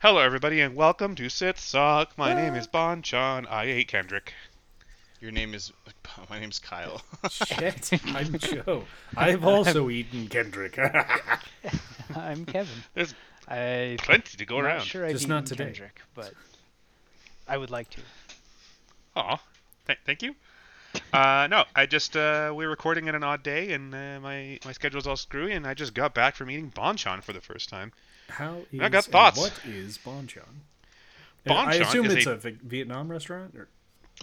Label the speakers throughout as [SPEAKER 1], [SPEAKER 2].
[SPEAKER 1] Hello, everybody, and welcome to Sit Suck. My name is Bon Chan. I hate Kendrick.
[SPEAKER 2] Your name is. My name's Kyle.
[SPEAKER 3] Shit, I'm Joe. I've also eaten Kendrick.
[SPEAKER 4] I'm Kevin.
[SPEAKER 1] There's
[SPEAKER 4] I
[SPEAKER 1] plenty to go
[SPEAKER 4] am
[SPEAKER 1] around.
[SPEAKER 4] not sure I've
[SPEAKER 3] Just
[SPEAKER 4] eaten
[SPEAKER 3] not today.
[SPEAKER 4] Kendrick, but I would like to.
[SPEAKER 1] Aw, th- thank you. Uh, no, I just uh, we're recording at an odd day, and uh, my my schedule's all screwy, and I just got back from eating banchan for the first time.
[SPEAKER 3] How is
[SPEAKER 1] I got
[SPEAKER 3] and
[SPEAKER 1] thoughts.
[SPEAKER 3] what is Bonchon?
[SPEAKER 1] Bonchon
[SPEAKER 3] I assume
[SPEAKER 1] is
[SPEAKER 3] it's
[SPEAKER 1] a-
[SPEAKER 3] a, Vi- Vietnam restaurant. Or...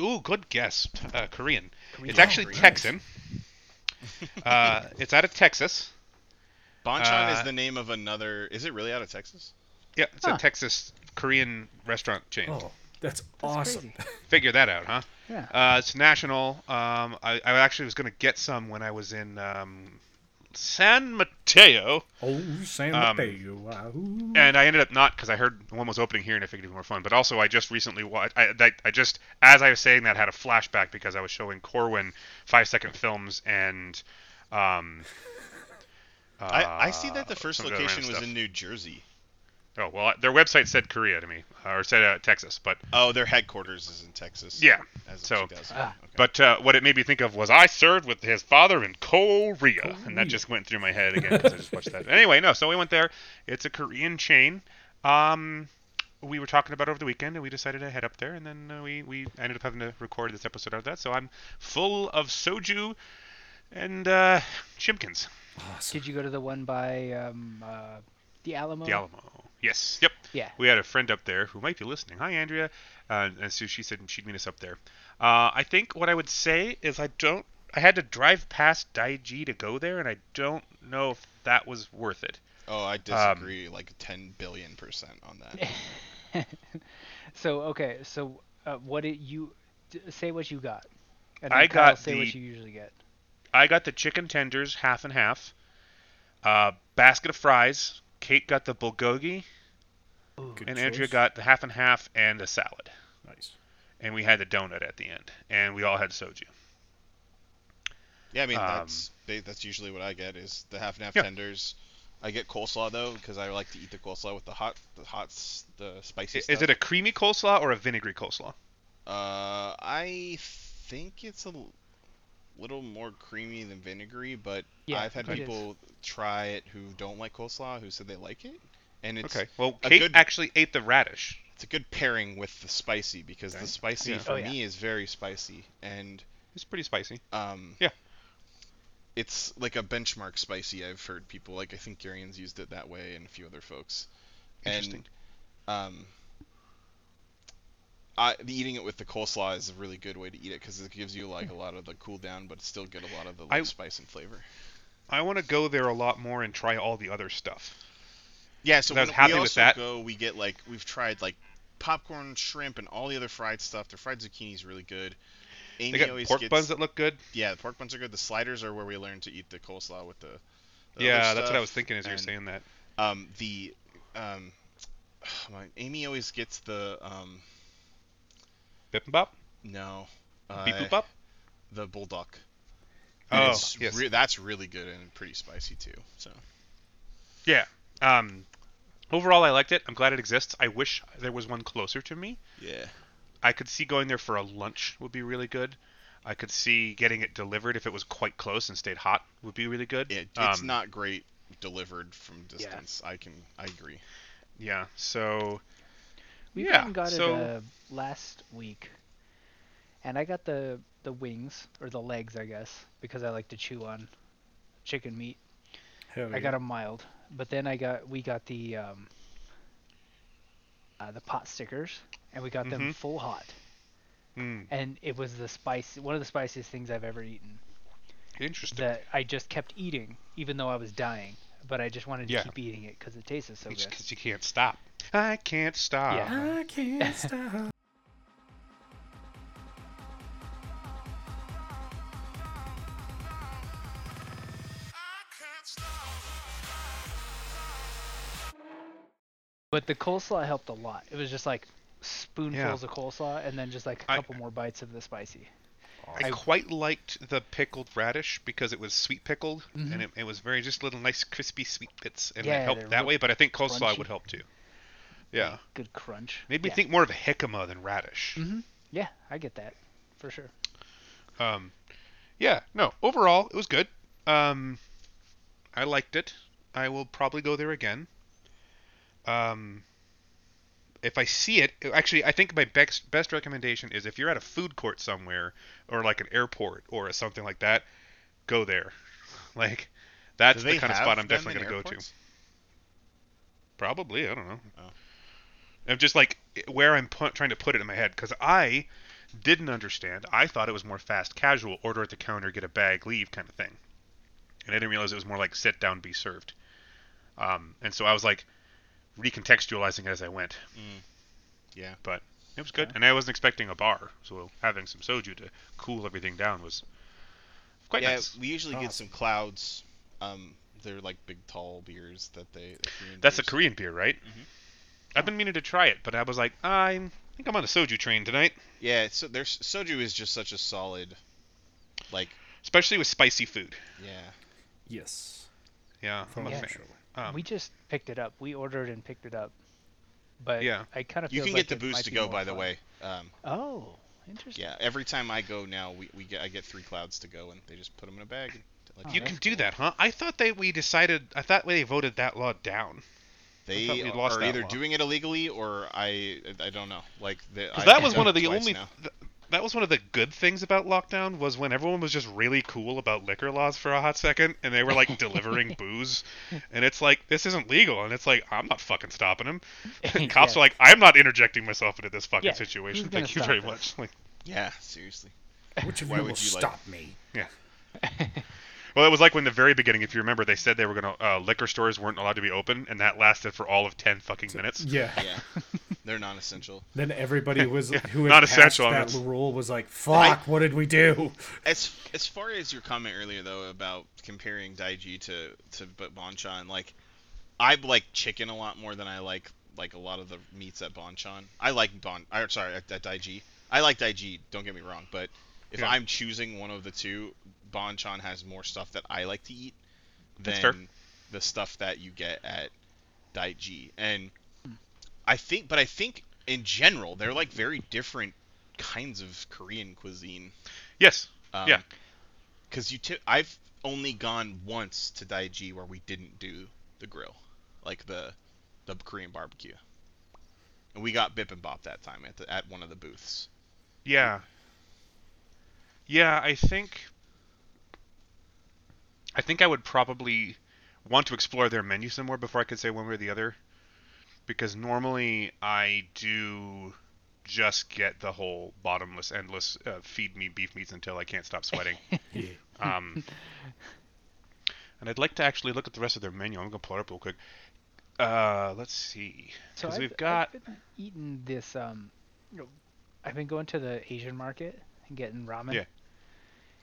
[SPEAKER 1] Ooh, good guess. Uh, Korean. It's
[SPEAKER 4] Korean.
[SPEAKER 2] Oh,
[SPEAKER 1] actually
[SPEAKER 4] Korean.
[SPEAKER 1] Texan. uh, it's out of Texas.
[SPEAKER 2] Bonchon
[SPEAKER 1] Uh,
[SPEAKER 2] is the name of another. Is it really out of Texas?
[SPEAKER 1] Yeah, it's
[SPEAKER 4] Huh.
[SPEAKER 1] a Texas Korean restaurant chain.
[SPEAKER 3] Oh, that's,
[SPEAKER 4] That's
[SPEAKER 3] awesome.
[SPEAKER 4] crazy.
[SPEAKER 1] Figure that out, huh?
[SPEAKER 4] Yeah.
[SPEAKER 1] Uh, it's national. Um, I, I actually was going to get some when I was in um, San Mateo,
[SPEAKER 3] Oh, San
[SPEAKER 1] Um,
[SPEAKER 3] Mateo. wow.
[SPEAKER 1] and I ended up not because I heard one was opening here and I figured it'd be more fun. But also, I just recently watched. I, I, I just as I was saying that, had a flashback because I was showing Corwin five second films and. Um,
[SPEAKER 2] I, I see
[SPEAKER 1] uh,
[SPEAKER 2] that the first
[SPEAKER 1] some of other random
[SPEAKER 2] location was
[SPEAKER 1] stuff.
[SPEAKER 2] in New Jersey.
[SPEAKER 1] Oh well, their website said Korea to me, or said uh, Texas, but
[SPEAKER 2] Oh, their headquarters is in Texas.
[SPEAKER 1] Yeah,
[SPEAKER 2] As of
[SPEAKER 1] so-
[SPEAKER 2] 2000.
[SPEAKER 4] Ah.
[SPEAKER 2] Okay.
[SPEAKER 1] But uh, what it made me think of was I served with his father in Korea, and that just went through my head again because I just watched that. Anyway, no, so we went there. It's a Korean chain. Um, we were talking about it over the weekend, and we decided to head up there, and then uh, we we ended up having to record this episode out of that. So I'm full of soju and uh, chimkins.
[SPEAKER 3] awesome.
[SPEAKER 4] Did you go to the one by um, uh, the Alamo?
[SPEAKER 1] The Alamo. Yes. Yep.
[SPEAKER 4] Yeah.
[SPEAKER 1] We had a friend up there who might be listening. Hi, Andrea. Uh, and so she said she'd meet us up there. Uh, I think what I would say is I don't. I had to drive past Daiji to go there, and I don't know if that was worth it.
[SPEAKER 2] oh, I disagree like 10 billion percent on that.
[SPEAKER 4] So okay, so uh, what did you d- say? What you got? And
[SPEAKER 1] I
[SPEAKER 4] then Kyle,
[SPEAKER 1] got
[SPEAKER 4] say what
[SPEAKER 1] the-
[SPEAKER 4] you usually get.
[SPEAKER 1] I got the chicken tenders, half and half, uh, basket of fries. Kate got the bulgogi,
[SPEAKER 3] Good
[SPEAKER 1] and Andrea
[SPEAKER 3] choice.
[SPEAKER 1] got the half and half and a salad.
[SPEAKER 3] Nice.
[SPEAKER 1] And we had the donut at the end, and we all had soju.
[SPEAKER 2] Yeah, I mean
[SPEAKER 1] Um,
[SPEAKER 2] that's ba- that's usually what I get is the half and half
[SPEAKER 1] Yeah.
[SPEAKER 2] tenders. I get coleslaw though because I like to eat the coleslaw with the hot, the hot, s- the spicy.
[SPEAKER 1] I- Is it a creamy coleslaw or a vinegary coleslaw?
[SPEAKER 2] Uh, I think it's a l- little more creamy than vinegary, but
[SPEAKER 4] Yeah,
[SPEAKER 2] I've had
[SPEAKER 4] it is.
[SPEAKER 2] people try it who don't like coleslaw who said they like it, and it's
[SPEAKER 1] okay. Well,
[SPEAKER 2] a
[SPEAKER 1] Kate
[SPEAKER 2] good-
[SPEAKER 1] actually ate the radish.
[SPEAKER 2] it's a good pairing with the spicy because
[SPEAKER 1] Okay.
[SPEAKER 2] the spicy
[SPEAKER 1] Yeah.
[SPEAKER 2] for
[SPEAKER 4] Oh, yeah.
[SPEAKER 2] me is very spicy and
[SPEAKER 1] It's pretty spicy.
[SPEAKER 2] um
[SPEAKER 1] Yeah.
[SPEAKER 2] It's like a benchmark spicy. I've heard people like I think Garian's used it that way and a few other folks. And,
[SPEAKER 1] Interesting.
[SPEAKER 2] um, I, the eating it with the coleslaw is a really good way to eat it because it gives you like a lot of the cool down, but still get a lot of the like,
[SPEAKER 1] I-
[SPEAKER 2] spice and flavor.
[SPEAKER 1] I want to go there a lot more and try all the other stuff.
[SPEAKER 2] Yeah, so
[SPEAKER 1] I
[SPEAKER 2] when
[SPEAKER 1] was happy
[SPEAKER 2] we
[SPEAKER 1] with
[SPEAKER 2] also
[SPEAKER 1] that.
[SPEAKER 2] go, we get like we've tried like popcorn shrimp and all the other fried stuff. Their fried zucchini is really good. Amy
[SPEAKER 1] They got
[SPEAKER 2] always
[SPEAKER 1] pork
[SPEAKER 2] gets,
[SPEAKER 1] buns that look good.
[SPEAKER 2] Yeah, the pork buns are good. The sliders are where we learn to eat the coleslaw with the. the
[SPEAKER 1] yeah,
[SPEAKER 2] other
[SPEAKER 1] that's what I
[SPEAKER 2] stuff.
[SPEAKER 1] was thinking as you were
[SPEAKER 2] and-
[SPEAKER 1] saying that.
[SPEAKER 2] Um, the um, my, Amy always gets the um,
[SPEAKER 1] Bip and bop,
[SPEAKER 2] no,
[SPEAKER 1] beep
[SPEAKER 2] uh,
[SPEAKER 1] boop bop.
[SPEAKER 2] the bulldog. And
[SPEAKER 1] Oh,
[SPEAKER 2] it's
[SPEAKER 1] yes.
[SPEAKER 2] re- that's really good and pretty spicy too. So
[SPEAKER 1] yeah. Um, overall, I liked it. I'm glad it exists. I wish there was one closer to me.
[SPEAKER 2] yeah,
[SPEAKER 1] I could see going there for a lunch would be really good. I could see getting it delivered if it was quite close and stayed hot would be really good.
[SPEAKER 2] it, it's
[SPEAKER 1] Um,
[SPEAKER 2] not great delivered from distance. I can I agree.
[SPEAKER 1] Yeah. So
[SPEAKER 4] We
[SPEAKER 1] Yeah,
[SPEAKER 4] went and got
[SPEAKER 1] so-
[SPEAKER 4] it uh, last week, and I got the the wings or the legs, I guess, because I like to chew on chicken meat.
[SPEAKER 3] Hell
[SPEAKER 4] I got
[SPEAKER 3] yeah.
[SPEAKER 4] a mild, but then I got we got the um, uh, the pot stickers, and we got them
[SPEAKER 1] Mhm.
[SPEAKER 4] full hot,
[SPEAKER 1] mm,
[SPEAKER 4] and it was the spice one of the spiciest things I've ever eaten.
[SPEAKER 1] interesting.
[SPEAKER 4] That I just kept eating, even though I was dying, but I just wanted to
[SPEAKER 1] Yeah.
[SPEAKER 4] keep eating it because it tasted so good.
[SPEAKER 1] Because you can't stop. I can't stop.
[SPEAKER 4] Yeah.
[SPEAKER 3] I can't stop.
[SPEAKER 4] But the coleslaw helped a lot. It was just like spoonfuls of coleslaw and then just like a
[SPEAKER 1] I-
[SPEAKER 4] couple more bites of the spicy.
[SPEAKER 1] I,
[SPEAKER 4] I-
[SPEAKER 1] quite liked the pickled radish because it was sweet pickled and
[SPEAKER 4] Mhm.
[SPEAKER 1] it, it was very just little nice crispy sweet bits and
[SPEAKER 4] Yeah,
[SPEAKER 1] it helped
[SPEAKER 4] they're
[SPEAKER 1] that
[SPEAKER 4] real
[SPEAKER 1] way. But I think coleslaw
[SPEAKER 4] crunchy.
[SPEAKER 1] would help too.
[SPEAKER 2] Yeah.
[SPEAKER 4] Good crunch.
[SPEAKER 1] Made me
[SPEAKER 4] Yeah.
[SPEAKER 1] think more of jicama than radish.
[SPEAKER 4] Yeah, I get that for sure.
[SPEAKER 1] Um, yeah, no. Overall, it was good. Um, I liked it. I will probably go there again. Um, if I see it, actually, I think my best best recommendation is if you're at a food court somewhere or like an airport or something like that, go there. Like, that's the kind of spot I'm definitely going to go to. Probably, I don't know.
[SPEAKER 2] Oh.
[SPEAKER 1] I'm just like where I'm pu- trying to put it in my head because I didn't understand. I thought it was more fast casual, order at the counter, get a bag, leave kind of thing, and I didn't realize it was more like sit down, be served. Um, and so I was like recontextualizing as I went.
[SPEAKER 2] Mm. yeah.
[SPEAKER 1] but it was good, and I wasn't expecting a bar, so having some soju to cool everything down was quite
[SPEAKER 2] yeah,
[SPEAKER 1] nice.
[SPEAKER 2] we usually get
[SPEAKER 3] Awesome.
[SPEAKER 2] some clouds. Um, they're like big tall beers that they. the Korean
[SPEAKER 1] That's a
[SPEAKER 2] beers.
[SPEAKER 1] Korean beer, right?
[SPEAKER 4] Mm-hmm.
[SPEAKER 2] Mhm.
[SPEAKER 1] I've been meaning to try it, but I was like, I think I'm on a soju train tonight,
[SPEAKER 2] Yeah, so there's soju is just such a solid, like
[SPEAKER 1] especially with spicy food.
[SPEAKER 2] yeah.
[SPEAKER 3] Yes.
[SPEAKER 1] Yeah, I'm
[SPEAKER 3] From
[SPEAKER 1] a
[SPEAKER 4] Yeah.
[SPEAKER 1] fan.
[SPEAKER 3] sure.
[SPEAKER 1] Um,
[SPEAKER 4] we just picked it up. We ordered and picked it up. But
[SPEAKER 1] Yeah.
[SPEAKER 4] I kind of
[SPEAKER 2] You can
[SPEAKER 4] like
[SPEAKER 2] get the
[SPEAKER 4] it
[SPEAKER 2] booze
[SPEAKER 4] might
[SPEAKER 2] to
[SPEAKER 4] be
[SPEAKER 2] go,
[SPEAKER 4] more
[SPEAKER 2] by the
[SPEAKER 4] fun.
[SPEAKER 2] way. Um,
[SPEAKER 4] Oh, interesting.
[SPEAKER 2] yeah, every time I go now, we, we get I get three clouds to go, and they just put them in a bag. And let
[SPEAKER 4] Oh,
[SPEAKER 1] You
[SPEAKER 4] that's
[SPEAKER 1] can do that, huh? I thought that we decided. I thought they voted that law down. thought
[SPEAKER 2] They
[SPEAKER 1] we'd
[SPEAKER 2] are
[SPEAKER 1] lost that
[SPEAKER 2] either
[SPEAKER 1] law.
[SPEAKER 2] doing it illegally or I I don't know. Like the,
[SPEAKER 1] 'Cause
[SPEAKER 2] I've
[SPEAKER 1] that was
[SPEAKER 2] done
[SPEAKER 1] one of
[SPEAKER 2] it
[SPEAKER 1] the
[SPEAKER 2] twice
[SPEAKER 1] only.
[SPEAKER 2] now.
[SPEAKER 1] th- that was one of the good things about lockdown was when everyone was just really cool about liquor laws for a hot second, and they were like delivering booze, and it's like this isn't legal, and it's like I'm not fucking stopping them. Cops
[SPEAKER 4] Yeah.
[SPEAKER 1] are like, I'm not interjecting myself into this fucking
[SPEAKER 4] Yeah,
[SPEAKER 1] situation.
[SPEAKER 4] who's gonna
[SPEAKER 1] Thank you
[SPEAKER 4] stop
[SPEAKER 1] very
[SPEAKER 4] us?
[SPEAKER 1] much. Like,
[SPEAKER 2] Yeah, seriously.
[SPEAKER 3] Which of
[SPEAKER 2] Why
[SPEAKER 3] you
[SPEAKER 2] would
[SPEAKER 3] will
[SPEAKER 2] you, like-
[SPEAKER 3] stop me?
[SPEAKER 1] Well, it was like when the very beginning, if you remember, they said they were gonna uh, liquor stores weren't allowed to be open, and that lasted for all of ten fucking minutes.
[SPEAKER 3] Yeah.
[SPEAKER 2] Yeah, they're non-essential.
[SPEAKER 3] Then everybody was who had
[SPEAKER 1] not
[SPEAKER 3] passed
[SPEAKER 1] essential, I mean,
[SPEAKER 3] that
[SPEAKER 1] it's-
[SPEAKER 3] rule was like, "Fuck! what did we do?"
[SPEAKER 2] As as far as your comment earlier though about comparing Daiji to to B- Bonchan, like I like chicken a lot more than I like like a lot of the meats at Bonchan. I like Bon. I sorry at, at Daiji. I like Daiji. Don't get me wrong, but if
[SPEAKER 1] Yeah.
[SPEAKER 2] I'm choosing one of the two, Bonchan has more stuff that I like to eat
[SPEAKER 1] That's fair.
[SPEAKER 2] than the stuff that you get at Daiji. And
[SPEAKER 1] Hmm.
[SPEAKER 2] I think, but I think in general they're like very different kinds of Korean cuisine.
[SPEAKER 1] Yes.
[SPEAKER 2] Um,
[SPEAKER 1] Yeah.
[SPEAKER 2] Because you, ti- I've only gone once to Daiji where we didn't do the grill, like the the Korean barbecue, and we got bip and bop that time at the, at one of the booths.
[SPEAKER 1] Yeah. Yeah, I think I think I would probably want to explore their menu some more before I could say one way or the other because normally I do just get the whole bottomless endless uh, feed me beef meats until I can't stop sweating.
[SPEAKER 3] Yeah.
[SPEAKER 1] Um, and I'd like to actually look at the rest of their menu. I'm gonna pull it up real quick. Uh, let's see,
[SPEAKER 4] So
[SPEAKER 1] because
[SPEAKER 4] I've,
[SPEAKER 1] we've got
[SPEAKER 4] I've been eating this. Um, you know, I've been going to the Asian market and getting ramen.
[SPEAKER 1] Yeah.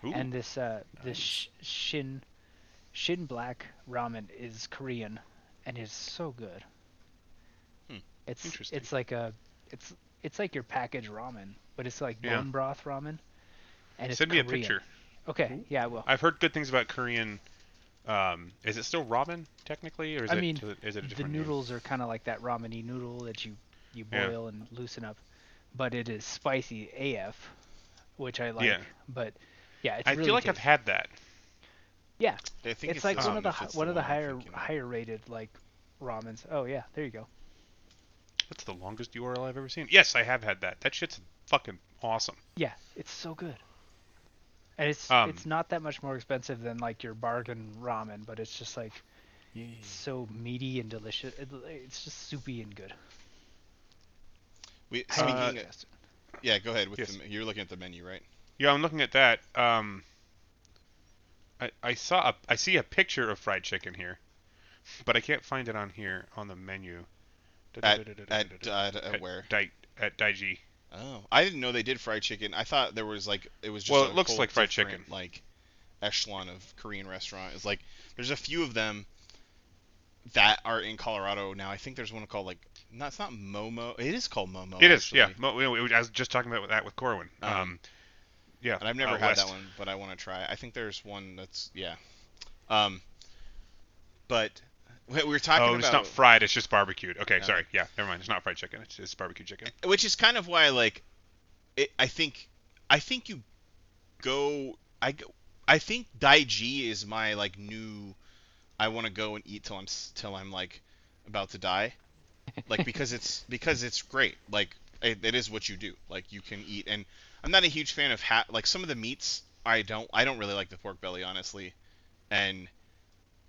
[SPEAKER 1] Ooh,
[SPEAKER 4] And this uh, this sh- shin shin black ramen is Korean, and it's so good.
[SPEAKER 2] Hmm.
[SPEAKER 4] It's
[SPEAKER 1] Interesting.
[SPEAKER 4] it's like a it's it's like your packaged ramen, but it's like
[SPEAKER 1] Yeah.
[SPEAKER 4] bone broth ramen. And it's
[SPEAKER 1] send me a
[SPEAKER 4] Korean.
[SPEAKER 1] picture.
[SPEAKER 4] Okay, yeah, I will.
[SPEAKER 1] I've heard good things about Korean. Um, is it still ramen technically, or is
[SPEAKER 4] I
[SPEAKER 1] it
[SPEAKER 4] mean,
[SPEAKER 1] is it a different
[SPEAKER 4] the
[SPEAKER 1] name?
[SPEAKER 4] noodles are kind of like that rameny noodle that you you
[SPEAKER 1] Yeah.
[SPEAKER 4] boil and loosen up, but it is spicy AF, which I like.
[SPEAKER 1] Yeah.
[SPEAKER 4] But yeah, it's
[SPEAKER 1] I
[SPEAKER 4] really
[SPEAKER 1] feel like
[SPEAKER 4] good.
[SPEAKER 1] I've had that.
[SPEAKER 4] yeah,
[SPEAKER 2] I think
[SPEAKER 4] it's, like
[SPEAKER 2] this
[SPEAKER 4] one of the
[SPEAKER 2] if
[SPEAKER 4] hi-
[SPEAKER 2] it's
[SPEAKER 4] one of the
[SPEAKER 2] I'm
[SPEAKER 4] higher
[SPEAKER 2] thinking of.
[SPEAKER 4] higher rated like ramens. Oh yeah, there you go.
[SPEAKER 1] That's the longest URL I've ever seen. Yes, I have had that. That shit's fucking awesome.
[SPEAKER 4] Yeah, it's so good. And it's
[SPEAKER 1] Um,
[SPEAKER 4] it's not that much more expensive than like your bargain ramen, but it's just like so meaty and delicious. It, it's just soupy and good.
[SPEAKER 2] We,
[SPEAKER 4] Highly
[SPEAKER 2] speaking
[SPEAKER 1] Uh,
[SPEAKER 2] of-
[SPEAKER 4] suggested.
[SPEAKER 2] yeah, go ahead with
[SPEAKER 1] Yes.
[SPEAKER 2] the, you're looking at the menu, right?
[SPEAKER 1] Yeah, I'm looking at that. Um, I I saw a, I see a picture of fried chicken here, but I can't find it on here on the menu.
[SPEAKER 2] At at, uh, at, at where?
[SPEAKER 1] Dai, at Daiji.
[SPEAKER 2] Oh, I didn't know they did fried chicken. I thought there was like it was just
[SPEAKER 1] Well,
[SPEAKER 2] a
[SPEAKER 1] it looks
[SPEAKER 2] whole
[SPEAKER 1] like fried
[SPEAKER 2] different,
[SPEAKER 1] chicken.
[SPEAKER 2] like echelon of Korean restaurant. It's like there's a few of them that are in Colorado now. I think there's one called like no, it's not Momo. It is called Momo.
[SPEAKER 1] It is, yeah.
[SPEAKER 2] Oh, actually.
[SPEAKER 1] Mo, we- we- I was just talking about that with Corwin. Um,
[SPEAKER 2] Uh-huh.
[SPEAKER 1] yeah.
[SPEAKER 2] And I've never
[SPEAKER 1] uh,
[SPEAKER 2] had
[SPEAKER 1] West.
[SPEAKER 2] that one, but I want to try. I think there's one that's yeah. Um, but Wait, we were talking
[SPEAKER 1] Oh,
[SPEAKER 2] about Oh.
[SPEAKER 1] it's not fried. It's just barbecued. Okay,
[SPEAKER 2] No.
[SPEAKER 1] sorry. Yeah, never mind. It's not fried chicken. It's just barbecue chicken.
[SPEAKER 2] which is kind of why like it, I think I think you go I go, I think Daiji is my like new I want to go and eat till I'm s- till I'm like about to die like because it's because it's great like it, it is what you do like you can eat and I'm not a huge fan of ha- like some of the meats I don't I don't really like the pork belly honestly and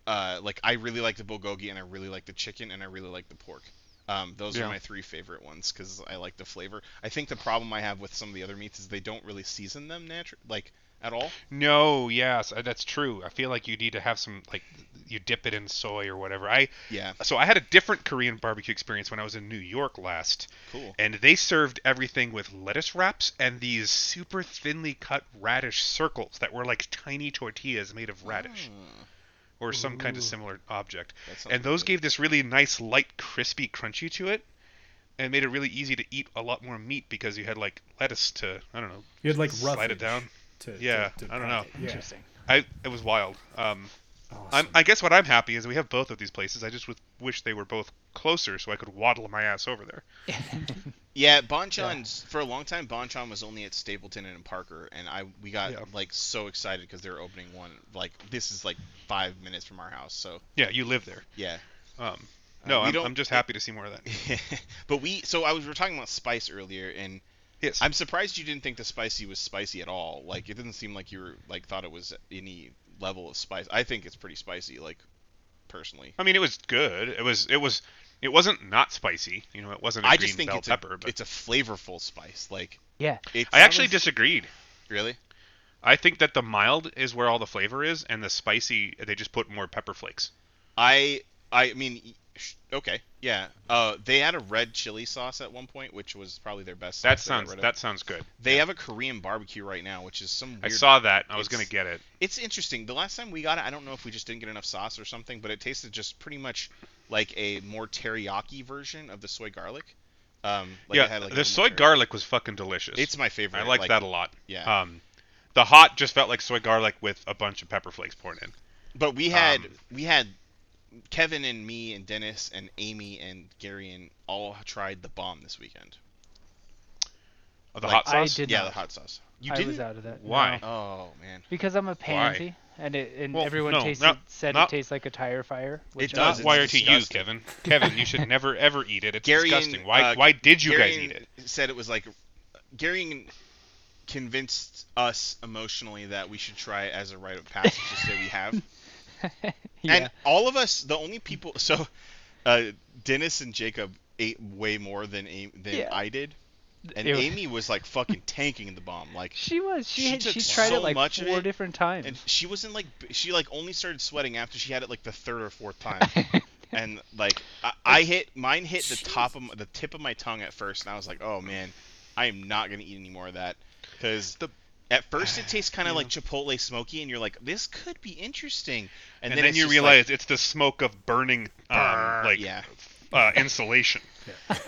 [SPEAKER 2] uh, like I really like the bulgogi and I really like the chicken and I really like the pork. Um, those
[SPEAKER 1] Yeah.
[SPEAKER 2] are my three favorite ones because I like the flavor. I think the problem I have with some of the other meats is they don't really season them naturally, like at all.
[SPEAKER 1] No, yes, uh, that's true. I feel like you need to have some like you dip it in soy or whatever. I
[SPEAKER 2] Yeah,
[SPEAKER 1] so I had a different Korean barbecue experience when I was in New York last,
[SPEAKER 2] cool.
[SPEAKER 1] and they served everything with lettuce wraps and these super thinly cut radish circles that were like tiny tortillas made of radish
[SPEAKER 2] Ah,
[SPEAKER 1] or some kind of
[SPEAKER 3] Ooh.
[SPEAKER 1] similar object.
[SPEAKER 2] that sounds
[SPEAKER 1] And those
[SPEAKER 2] good.
[SPEAKER 1] gave this really nice, light, crispy, crunchy to it, and made it really easy to eat a lot more meat because you had like lettuce to I don't know
[SPEAKER 3] You had like rough.
[SPEAKER 1] slide it down.
[SPEAKER 3] To, to-
[SPEAKER 1] Yeah,
[SPEAKER 3] to
[SPEAKER 1] I don't
[SPEAKER 3] pack
[SPEAKER 1] know.
[SPEAKER 3] it. Yeah.
[SPEAKER 4] Interesting.
[SPEAKER 1] I it was wild. Um, I'm,
[SPEAKER 3] Awesome.
[SPEAKER 1] I guess what I'm happy is we have both of these places. I just w- wish they were both closer so I could waddle my ass over there.
[SPEAKER 2] Yeah, Bonchon's for a long time. Bonchon was only at Stapleton and in Parker, and I we got
[SPEAKER 1] Yeah.
[SPEAKER 2] like so excited because they were opening one. Like this is like five minutes from our house, so
[SPEAKER 1] Yeah, you live there.
[SPEAKER 2] yeah.
[SPEAKER 1] Um,
[SPEAKER 2] Uh,
[SPEAKER 1] no,
[SPEAKER 2] we
[SPEAKER 1] I'm,
[SPEAKER 2] don't-
[SPEAKER 1] I'm just happy to see more of that.
[SPEAKER 2] but we so I was we were talking about spice earlier, and
[SPEAKER 1] Yes.
[SPEAKER 2] I'm surprised you didn't think the spicy was spicy at all. Like it didn't seem like you were like thought it was any level of spice. I think it's pretty spicy, like personally.
[SPEAKER 1] I mean, it was good. It was it was it wasn't not spicy. You know, it wasn't a
[SPEAKER 2] I
[SPEAKER 1] green
[SPEAKER 2] just think
[SPEAKER 1] bell
[SPEAKER 2] it's
[SPEAKER 1] pepper.
[SPEAKER 2] a
[SPEAKER 1] but
[SPEAKER 2] it's a flavorful spice. Like
[SPEAKER 4] Yeah.
[SPEAKER 2] it's
[SPEAKER 1] I actually
[SPEAKER 2] just
[SPEAKER 1] disagreed.
[SPEAKER 2] really
[SPEAKER 1] I think that the mild is where all the flavor is, and the spicy they just put more pepper flakes.
[SPEAKER 2] I I mean y- sh- okay yeah. Uh, they had a red chili sauce at one point, which was probably their best.
[SPEAKER 1] That
[SPEAKER 2] sauce they got
[SPEAKER 1] sounds
[SPEAKER 2] rid of.
[SPEAKER 1] that sounds good.
[SPEAKER 2] They have a Korean barbecue right now, which is some. Weird
[SPEAKER 1] I saw that. and I was
[SPEAKER 2] it's-
[SPEAKER 1] gonna get it.
[SPEAKER 2] it's interesting. The last time we got it, I don't know if we just didn't get enough sauce or something, but it tasted just pretty much like a more teriyaki version of the soy garlic. Um, like it
[SPEAKER 1] yeah,
[SPEAKER 2] had, like, a
[SPEAKER 1] the
[SPEAKER 2] little
[SPEAKER 1] soy
[SPEAKER 2] teriyaki-
[SPEAKER 1] garlic was fucking delicious.
[SPEAKER 2] It's my favorite.
[SPEAKER 1] I liked that a lot.
[SPEAKER 2] Yeah,
[SPEAKER 1] Um, the hot just felt like soy garlic with a bunch of pepper flakes poured in.
[SPEAKER 2] but we had
[SPEAKER 1] um,
[SPEAKER 2] we had Kevin and me and Dennis and Amy and Gary and all tried the bomb this weekend.
[SPEAKER 1] Of the
[SPEAKER 2] Like,
[SPEAKER 1] hot sauce.
[SPEAKER 4] I did
[SPEAKER 2] yeah,
[SPEAKER 4] not.
[SPEAKER 2] the hot sauce. You
[SPEAKER 4] I
[SPEAKER 2] didn't?
[SPEAKER 4] was out of that.
[SPEAKER 1] Why?
[SPEAKER 4] No.
[SPEAKER 2] Oh man,
[SPEAKER 4] Because I'm a pansy, and it, and
[SPEAKER 1] Well,
[SPEAKER 4] everyone
[SPEAKER 1] no,
[SPEAKER 4] tasted,
[SPEAKER 1] not-
[SPEAKER 4] said
[SPEAKER 1] not-
[SPEAKER 4] it tastes like a tire fire. Which
[SPEAKER 2] It
[SPEAKER 4] I'm-
[SPEAKER 2] does,
[SPEAKER 1] Not
[SPEAKER 2] it's
[SPEAKER 1] wire to you,
[SPEAKER 2] disgusting.
[SPEAKER 1] Kevin. Kevin, you should never ever eat it. It's
[SPEAKER 2] Gary and,
[SPEAKER 1] disgusting. Why?
[SPEAKER 2] uh,
[SPEAKER 1] why did you
[SPEAKER 2] Gary
[SPEAKER 1] guys eat it?
[SPEAKER 2] said it was like Gary convinced us emotionally that we should try it as a rite of passage to say we have.
[SPEAKER 4] yeah.
[SPEAKER 2] And all of us, the only people, so uh, Dennis and Jacob ate way more than Amy, than
[SPEAKER 4] Yeah.
[SPEAKER 2] I did, and
[SPEAKER 4] It was-
[SPEAKER 2] Amy was like fucking tanking the bomb, like,
[SPEAKER 4] she was. She
[SPEAKER 2] she
[SPEAKER 4] had,
[SPEAKER 2] took
[SPEAKER 4] she tried
[SPEAKER 2] so
[SPEAKER 4] it like
[SPEAKER 2] much of
[SPEAKER 4] four
[SPEAKER 2] it,
[SPEAKER 4] different times.
[SPEAKER 2] and she wasn't like, b- she like only started sweating after she had it like the third or fourth time, and like I, I hit mine hit the top of my, the tip of my tongue at first, and I was like, oh man, I am not gonna eat any more of that, because
[SPEAKER 1] The-
[SPEAKER 2] At first, it tastes kind of
[SPEAKER 1] Yeah.
[SPEAKER 2] like chipotle smoky, and you're like, "This could be interesting."
[SPEAKER 1] And,
[SPEAKER 2] And,
[SPEAKER 1] then,
[SPEAKER 2] it's
[SPEAKER 1] you
[SPEAKER 2] just like-
[SPEAKER 1] realize it's the smoke of burning, um, like
[SPEAKER 2] yeah.
[SPEAKER 1] uh, insulation.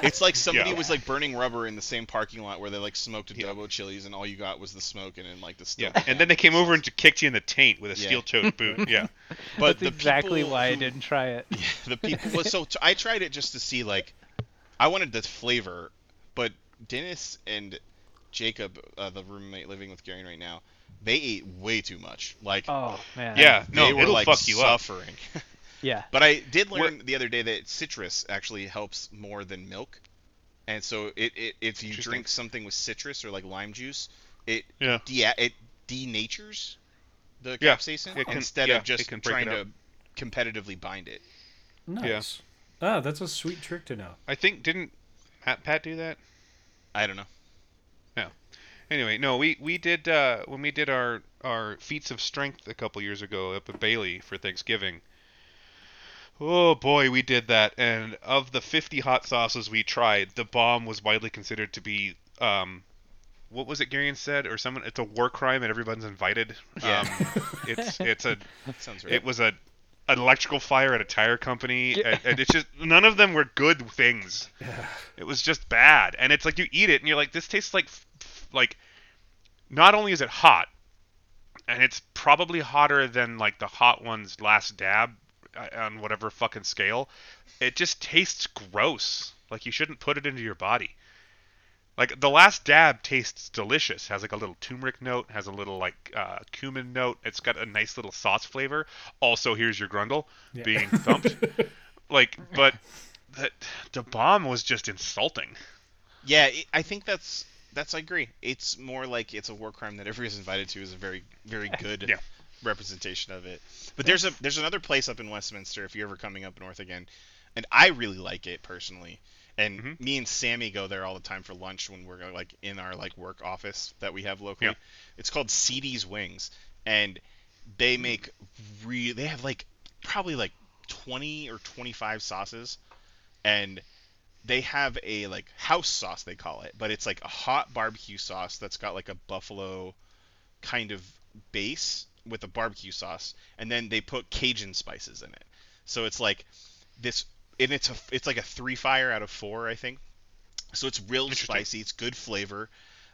[SPEAKER 2] It's like somebody
[SPEAKER 1] Yeah.
[SPEAKER 2] was like burning rubber in the same parking lot where they like smoked adobo chilies and all you got was the smoke and then like the
[SPEAKER 1] Yeah.
[SPEAKER 2] stuff.
[SPEAKER 1] And then they came over and kicked you in the taint with a
[SPEAKER 2] Yeah.
[SPEAKER 1] steel-toed boot. Yeah.
[SPEAKER 2] But
[SPEAKER 4] That's
[SPEAKER 2] the
[SPEAKER 4] exactly
[SPEAKER 2] people
[SPEAKER 4] why I
[SPEAKER 2] who-
[SPEAKER 4] didn't try it.
[SPEAKER 2] The people. Well, so t- I tried it just to see like, I wanted the flavor, but Dennis and Jacob, uh, the roommate living with Gary right now, they ate way too much. Like
[SPEAKER 4] Oh man.
[SPEAKER 1] Yeah.
[SPEAKER 2] they
[SPEAKER 1] No,
[SPEAKER 2] were
[SPEAKER 1] it'll
[SPEAKER 2] like
[SPEAKER 1] fuck you up.
[SPEAKER 2] suffering.
[SPEAKER 4] Yeah.
[SPEAKER 2] But I did learn
[SPEAKER 1] We're-
[SPEAKER 2] the other day that citrus actually helps more than milk. And so it, it if you
[SPEAKER 1] Interesting.
[SPEAKER 2] drink something with citrus or like lime juice, it
[SPEAKER 1] Yeah.
[SPEAKER 2] de- it denatures the
[SPEAKER 1] Yeah,
[SPEAKER 2] capsaicin
[SPEAKER 1] it can-
[SPEAKER 2] instead
[SPEAKER 1] yeah,
[SPEAKER 2] of just
[SPEAKER 1] it can break
[SPEAKER 2] trying
[SPEAKER 1] it
[SPEAKER 2] to
[SPEAKER 1] up.
[SPEAKER 2] competitively bind it.
[SPEAKER 3] Nice. Ah, that's a sweet trick to know.
[SPEAKER 1] I think didn't Pat, Pat do that?
[SPEAKER 2] I don't know.
[SPEAKER 1] Anyway, no, we we did uh, when we did our our feats of strength a couple years ago up at Bailey for Thanksgiving. Oh boy, we did that, and of the 50 hot sauces we tried, the bomb was widely considered to be um, what was it Garion said or someone? It's a war crime and everyone's invited.
[SPEAKER 2] Yeah.
[SPEAKER 1] Um, it's it's a
[SPEAKER 2] That sounds right.
[SPEAKER 1] it was a an electrical fire at a tire company, and, and it's just none of them were good things. It was just bad, and it's like you eat it and you're like, this tastes like f- f- like. Not only is it hot, and it's probably hotter than like the hot one's last dab uh, on whatever fucking scale, it just tastes gross. Like you shouldn't put it into your body. Like the last dab tastes delicious. Has like a little turmeric note, has a little like uh, cumin note. It's got a nice little sauce flavor. Also, here's your grundle
[SPEAKER 3] Yeah.
[SPEAKER 1] being thumped. like, but that the bomb was just insulting.
[SPEAKER 2] Yeah, it, I think that's that's I agree. It's more like it's a war crime that everyone's invited to is a very very good
[SPEAKER 1] Yeah.
[SPEAKER 2] representation of it. But there's a there's another place up in Westminster if you're ever coming up north again, and I really like it personally. And
[SPEAKER 1] Mhm.
[SPEAKER 2] me and Sammy go there all the time for lunch when we're like in our like work office that we have locally.
[SPEAKER 1] Yeah. Mm.
[SPEAKER 2] It's called CD's Wings, and they make re they have like probably like 20 or 25 sauces and they have a like house sauce they call it but it's like a hot barbecue sauce that's got like a buffalo kind of base with a barbecue sauce and then they put cajun spices in it so it's like this and it's a it's like a three fire out of four i think so it's real
[SPEAKER 1] Interesting.
[SPEAKER 2] spicy it's good flavor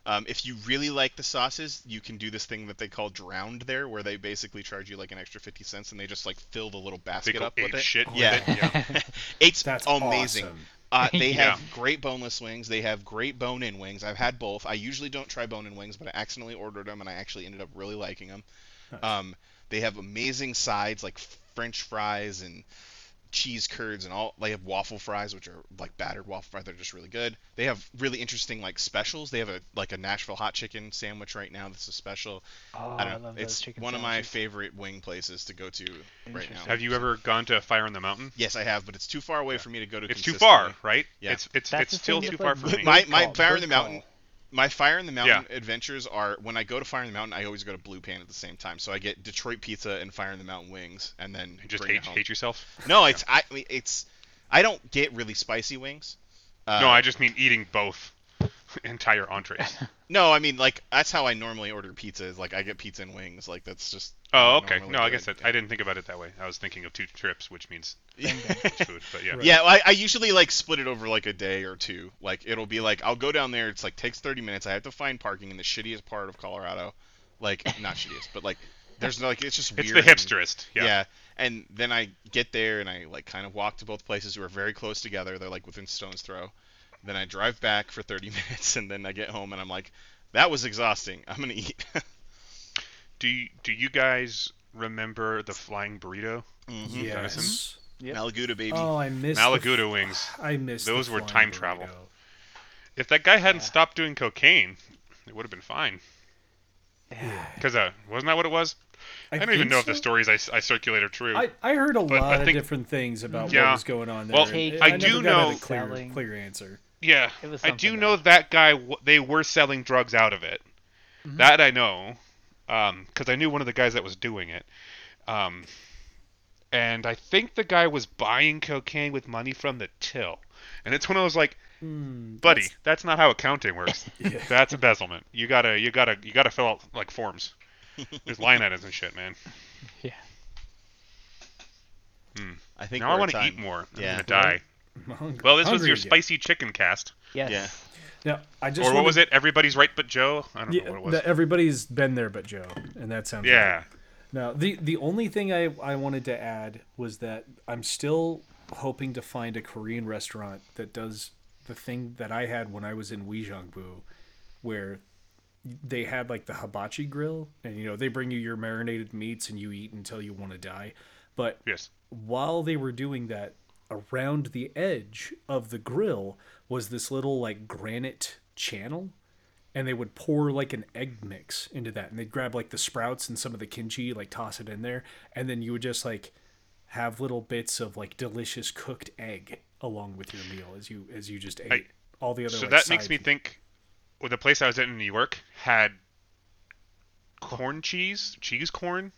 [SPEAKER 2] um, if you really like the sauces, you can do this thing that they call drowned there, where they basically charge you like an extra fifty cents, and they just like fill the little
[SPEAKER 1] They
[SPEAKER 2] basket
[SPEAKER 1] go
[SPEAKER 2] up with
[SPEAKER 1] ape
[SPEAKER 2] it.
[SPEAKER 1] shit. with
[SPEAKER 2] yeah,
[SPEAKER 1] it, yeah.
[SPEAKER 2] it's
[SPEAKER 3] That's
[SPEAKER 2] amazing.
[SPEAKER 3] awesome.
[SPEAKER 2] Uh, they have
[SPEAKER 1] Yeah.
[SPEAKER 2] great boneless wings. They have great bone-in wings. I've had both. I usually don't try bone-in wings, but I accidentally ordered them, and I actually ended up really liking them. Um, they have amazing sides like French fries and cheese curds and all. They have waffle fries, which are like battered waffle fries. They're just really good. They have really interesting like specials. They have a like a Nashville hot chicken sandwich right now. That's a special.
[SPEAKER 4] Oh,
[SPEAKER 2] I don't know.
[SPEAKER 4] love those
[SPEAKER 2] it's
[SPEAKER 4] chicken
[SPEAKER 2] one of my
[SPEAKER 4] sandwiches.
[SPEAKER 2] favorite wing places to go to right now.
[SPEAKER 4] Interesting.
[SPEAKER 1] Have you ever gone to Fire on the Mountain?
[SPEAKER 2] Yes, I have, but it's too far away for me to go to.
[SPEAKER 1] It's too far,
[SPEAKER 2] consistently.
[SPEAKER 1] right?
[SPEAKER 2] Yeah.
[SPEAKER 1] It's it's
[SPEAKER 4] That's the
[SPEAKER 1] it's still
[SPEAKER 4] thing,
[SPEAKER 1] too
[SPEAKER 4] it's
[SPEAKER 1] far
[SPEAKER 4] like-
[SPEAKER 1] for me.
[SPEAKER 2] my
[SPEAKER 4] Bird
[SPEAKER 2] my
[SPEAKER 4] call,
[SPEAKER 2] fire in
[SPEAKER 4] bird
[SPEAKER 2] the mountain
[SPEAKER 4] call.
[SPEAKER 2] my fire in the mountain adventures are when i go to fire in the mountain i always go to blue pan at the same time so i get detroit pizza and fire in the mountain wings and then
[SPEAKER 1] You just
[SPEAKER 2] bring
[SPEAKER 1] hate,
[SPEAKER 2] it home.
[SPEAKER 1] hate yourself.
[SPEAKER 2] no it's i I mean, it's i don't get really spicy wings uh,
[SPEAKER 1] no, I just mean eating both entire entrees.
[SPEAKER 2] no i mean like that's how i normally order pizza is like i get pizza and wings like that's just
[SPEAKER 1] Oh, okay.
[SPEAKER 2] normally
[SPEAKER 1] No, I
[SPEAKER 2] good.
[SPEAKER 1] guess that, I didn't think about it that way. I was thinking of two trips, which means food. But yeah,
[SPEAKER 2] Yeah, well, I, I usually like split it over like a day or two. Like it'll be like I'll go down there. It's like takes 30 minutes. I have to find parking in the shittiest part of Colorado, like not shittiest, but like there's no, like it's just
[SPEAKER 1] it's
[SPEAKER 2] weird.
[SPEAKER 1] the
[SPEAKER 2] and-
[SPEAKER 1] hipsterist.
[SPEAKER 2] yeah.
[SPEAKER 1] Yeah.
[SPEAKER 2] And then I get there and I like kind of walk to both places. We're very close together. They're like within stone's throw. Then I drive back for 30 minutes and then I get home and I'm like, that was exhausting. I'm gonna eat.
[SPEAKER 1] Do you, do you guys remember the flying burrito? Mm-hmm.
[SPEAKER 3] Yes.
[SPEAKER 4] Yep.
[SPEAKER 2] Malaguta baby.
[SPEAKER 3] Oh, I missed. The,
[SPEAKER 1] Malaguta wings.
[SPEAKER 3] I missed. the
[SPEAKER 1] Those were
[SPEAKER 3] flying
[SPEAKER 1] time travel.
[SPEAKER 3] burrito.
[SPEAKER 1] If that guy hadn't stopped doing cocaine, it would have been fine.
[SPEAKER 4] Yeah.
[SPEAKER 1] Because uh, wasn't that what it was? I, don't even
[SPEAKER 3] think
[SPEAKER 1] know if the
[SPEAKER 3] so.
[SPEAKER 1] stories I, s- I circulate are true.
[SPEAKER 3] I, I heard a
[SPEAKER 1] But I
[SPEAKER 3] lot
[SPEAKER 1] think-
[SPEAKER 3] of different things about
[SPEAKER 1] Yeah.
[SPEAKER 3] what was going on there.
[SPEAKER 1] Well,
[SPEAKER 3] and
[SPEAKER 4] I
[SPEAKER 3] never
[SPEAKER 1] do
[SPEAKER 3] got at
[SPEAKER 1] know-
[SPEAKER 3] a clear,
[SPEAKER 4] Selling.
[SPEAKER 3] clear answer.
[SPEAKER 1] Yeah,
[SPEAKER 4] It was
[SPEAKER 1] I do
[SPEAKER 4] something
[SPEAKER 1] know
[SPEAKER 4] else.
[SPEAKER 1] that guy. w- They were selling drugs out of it. That I know, because I knew one of the guys that was doing it. Um, and I think the guy was buying cocaine with money from the till. And it's when I was like, "Buddy, that's, not how accounting works. That's embezzlement. You gotta, you gotta, you gotta fill out like forms. There's line items and shit, man.
[SPEAKER 2] I think
[SPEAKER 1] now I
[SPEAKER 2] we're
[SPEAKER 1] want to
[SPEAKER 2] time.
[SPEAKER 1] eat more. I'm
[SPEAKER 2] Yeah.
[SPEAKER 1] gonna die.
[SPEAKER 3] I'm hungry-
[SPEAKER 1] Well, this was
[SPEAKER 3] hungry
[SPEAKER 1] your
[SPEAKER 3] again.
[SPEAKER 1] spicy chicken cast,
[SPEAKER 4] Yes.
[SPEAKER 2] Yeah.
[SPEAKER 3] Now, I just
[SPEAKER 1] or what
[SPEAKER 3] wanted-
[SPEAKER 1] was it? Everybody's right, but Joe. I don't know
[SPEAKER 3] Yeah,
[SPEAKER 1] what it was.
[SPEAKER 3] that everybody's been there, but Joe, and that sounds right.
[SPEAKER 1] yeah.
[SPEAKER 3] Now, the the only thing I I wanted to add was that I'm still hoping to find a Korean restaurant that does the thing that I had when I was in Weijiangbu, where they had like the hibachi grill, and you know they bring you your marinated meats and you eat until you want to die. But
[SPEAKER 1] Yes.
[SPEAKER 3] while they were doing that, around the edge of the grill was this little like granite channel and they would pour like an egg mix into that and they'd grab like the sprouts and some of the kimchi like toss it in there and then you would just like have little bits of like delicious cooked egg along with your meal as you as you just ate
[SPEAKER 1] I-
[SPEAKER 3] all the other
[SPEAKER 1] So
[SPEAKER 3] like,
[SPEAKER 1] that makes
[SPEAKER 3] sides
[SPEAKER 1] me
[SPEAKER 3] and-
[SPEAKER 1] think well, the place I was at in New York had corn cheese, cheese corn.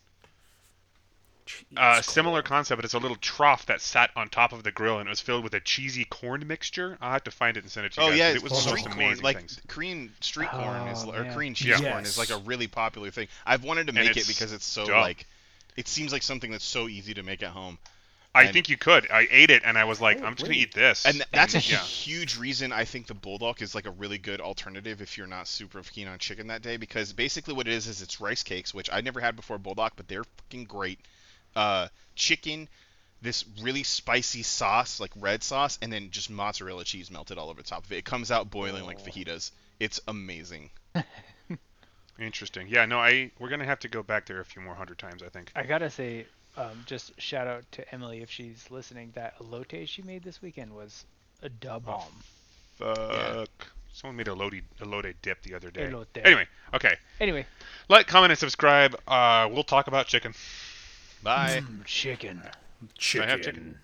[SPEAKER 1] Uh, similar concept, but it's a little trough that sat on top of the grill and it was filled with a cheesy corn mixture. I'll have to find it and send it to you
[SPEAKER 2] Oh
[SPEAKER 1] guys.
[SPEAKER 2] yeah,
[SPEAKER 1] but
[SPEAKER 2] it
[SPEAKER 1] it was
[SPEAKER 3] called
[SPEAKER 1] the
[SPEAKER 2] street
[SPEAKER 1] most
[SPEAKER 2] corn.
[SPEAKER 1] amazing
[SPEAKER 2] Like
[SPEAKER 1] things.
[SPEAKER 2] Korean street corn is
[SPEAKER 4] Oh,
[SPEAKER 2] or
[SPEAKER 4] man.
[SPEAKER 2] Korean cheese
[SPEAKER 1] Yeah.
[SPEAKER 2] corn is like a
[SPEAKER 3] Yes.
[SPEAKER 2] really popular thing. I've wanted to
[SPEAKER 1] And
[SPEAKER 2] make it
[SPEAKER 1] it's
[SPEAKER 2] because it's so
[SPEAKER 1] dumb.
[SPEAKER 2] like it seems like something that's so easy to make at home.
[SPEAKER 1] I
[SPEAKER 2] and-
[SPEAKER 1] think you could. I ate it and I was like, I'm just gonna eat this.
[SPEAKER 2] Oh, And th- that's a
[SPEAKER 1] yeah.
[SPEAKER 2] huge reason I think the bulldog is like a really good alternative if you're not super keen on chicken that day because basically what it is is it's rice cakes, which I never had before bulldog, but they're fucking great. Uh, chicken, this really spicy sauce, like red sauce, and then just mozzarella cheese melted all over the top of it. It comes out boiling
[SPEAKER 4] Oh.
[SPEAKER 2] like fajitas. It's amazing.
[SPEAKER 1] Interesting. Yeah, no, I we're gonna have to go back there a few more hundred times, I think.
[SPEAKER 4] I gotta say, um, just shout out to Emily if she's listening. That elote she made this weekend was a da
[SPEAKER 2] Oh,
[SPEAKER 4] bomb.
[SPEAKER 1] Fuck. Someone made a loaded elote dip the other day.
[SPEAKER 4] Elote.
[SPEAKER 1] Anyway, okay.
[SPEAKER 4] Anyway,
[SPEAKER 1] Like, comment, and subscribe. Uh, we'll talk about chicken.
[SPEAKER 2] Bye.
[SPEAKER 4] Mmm, chicken.
[SPEAKER 1] have chicken.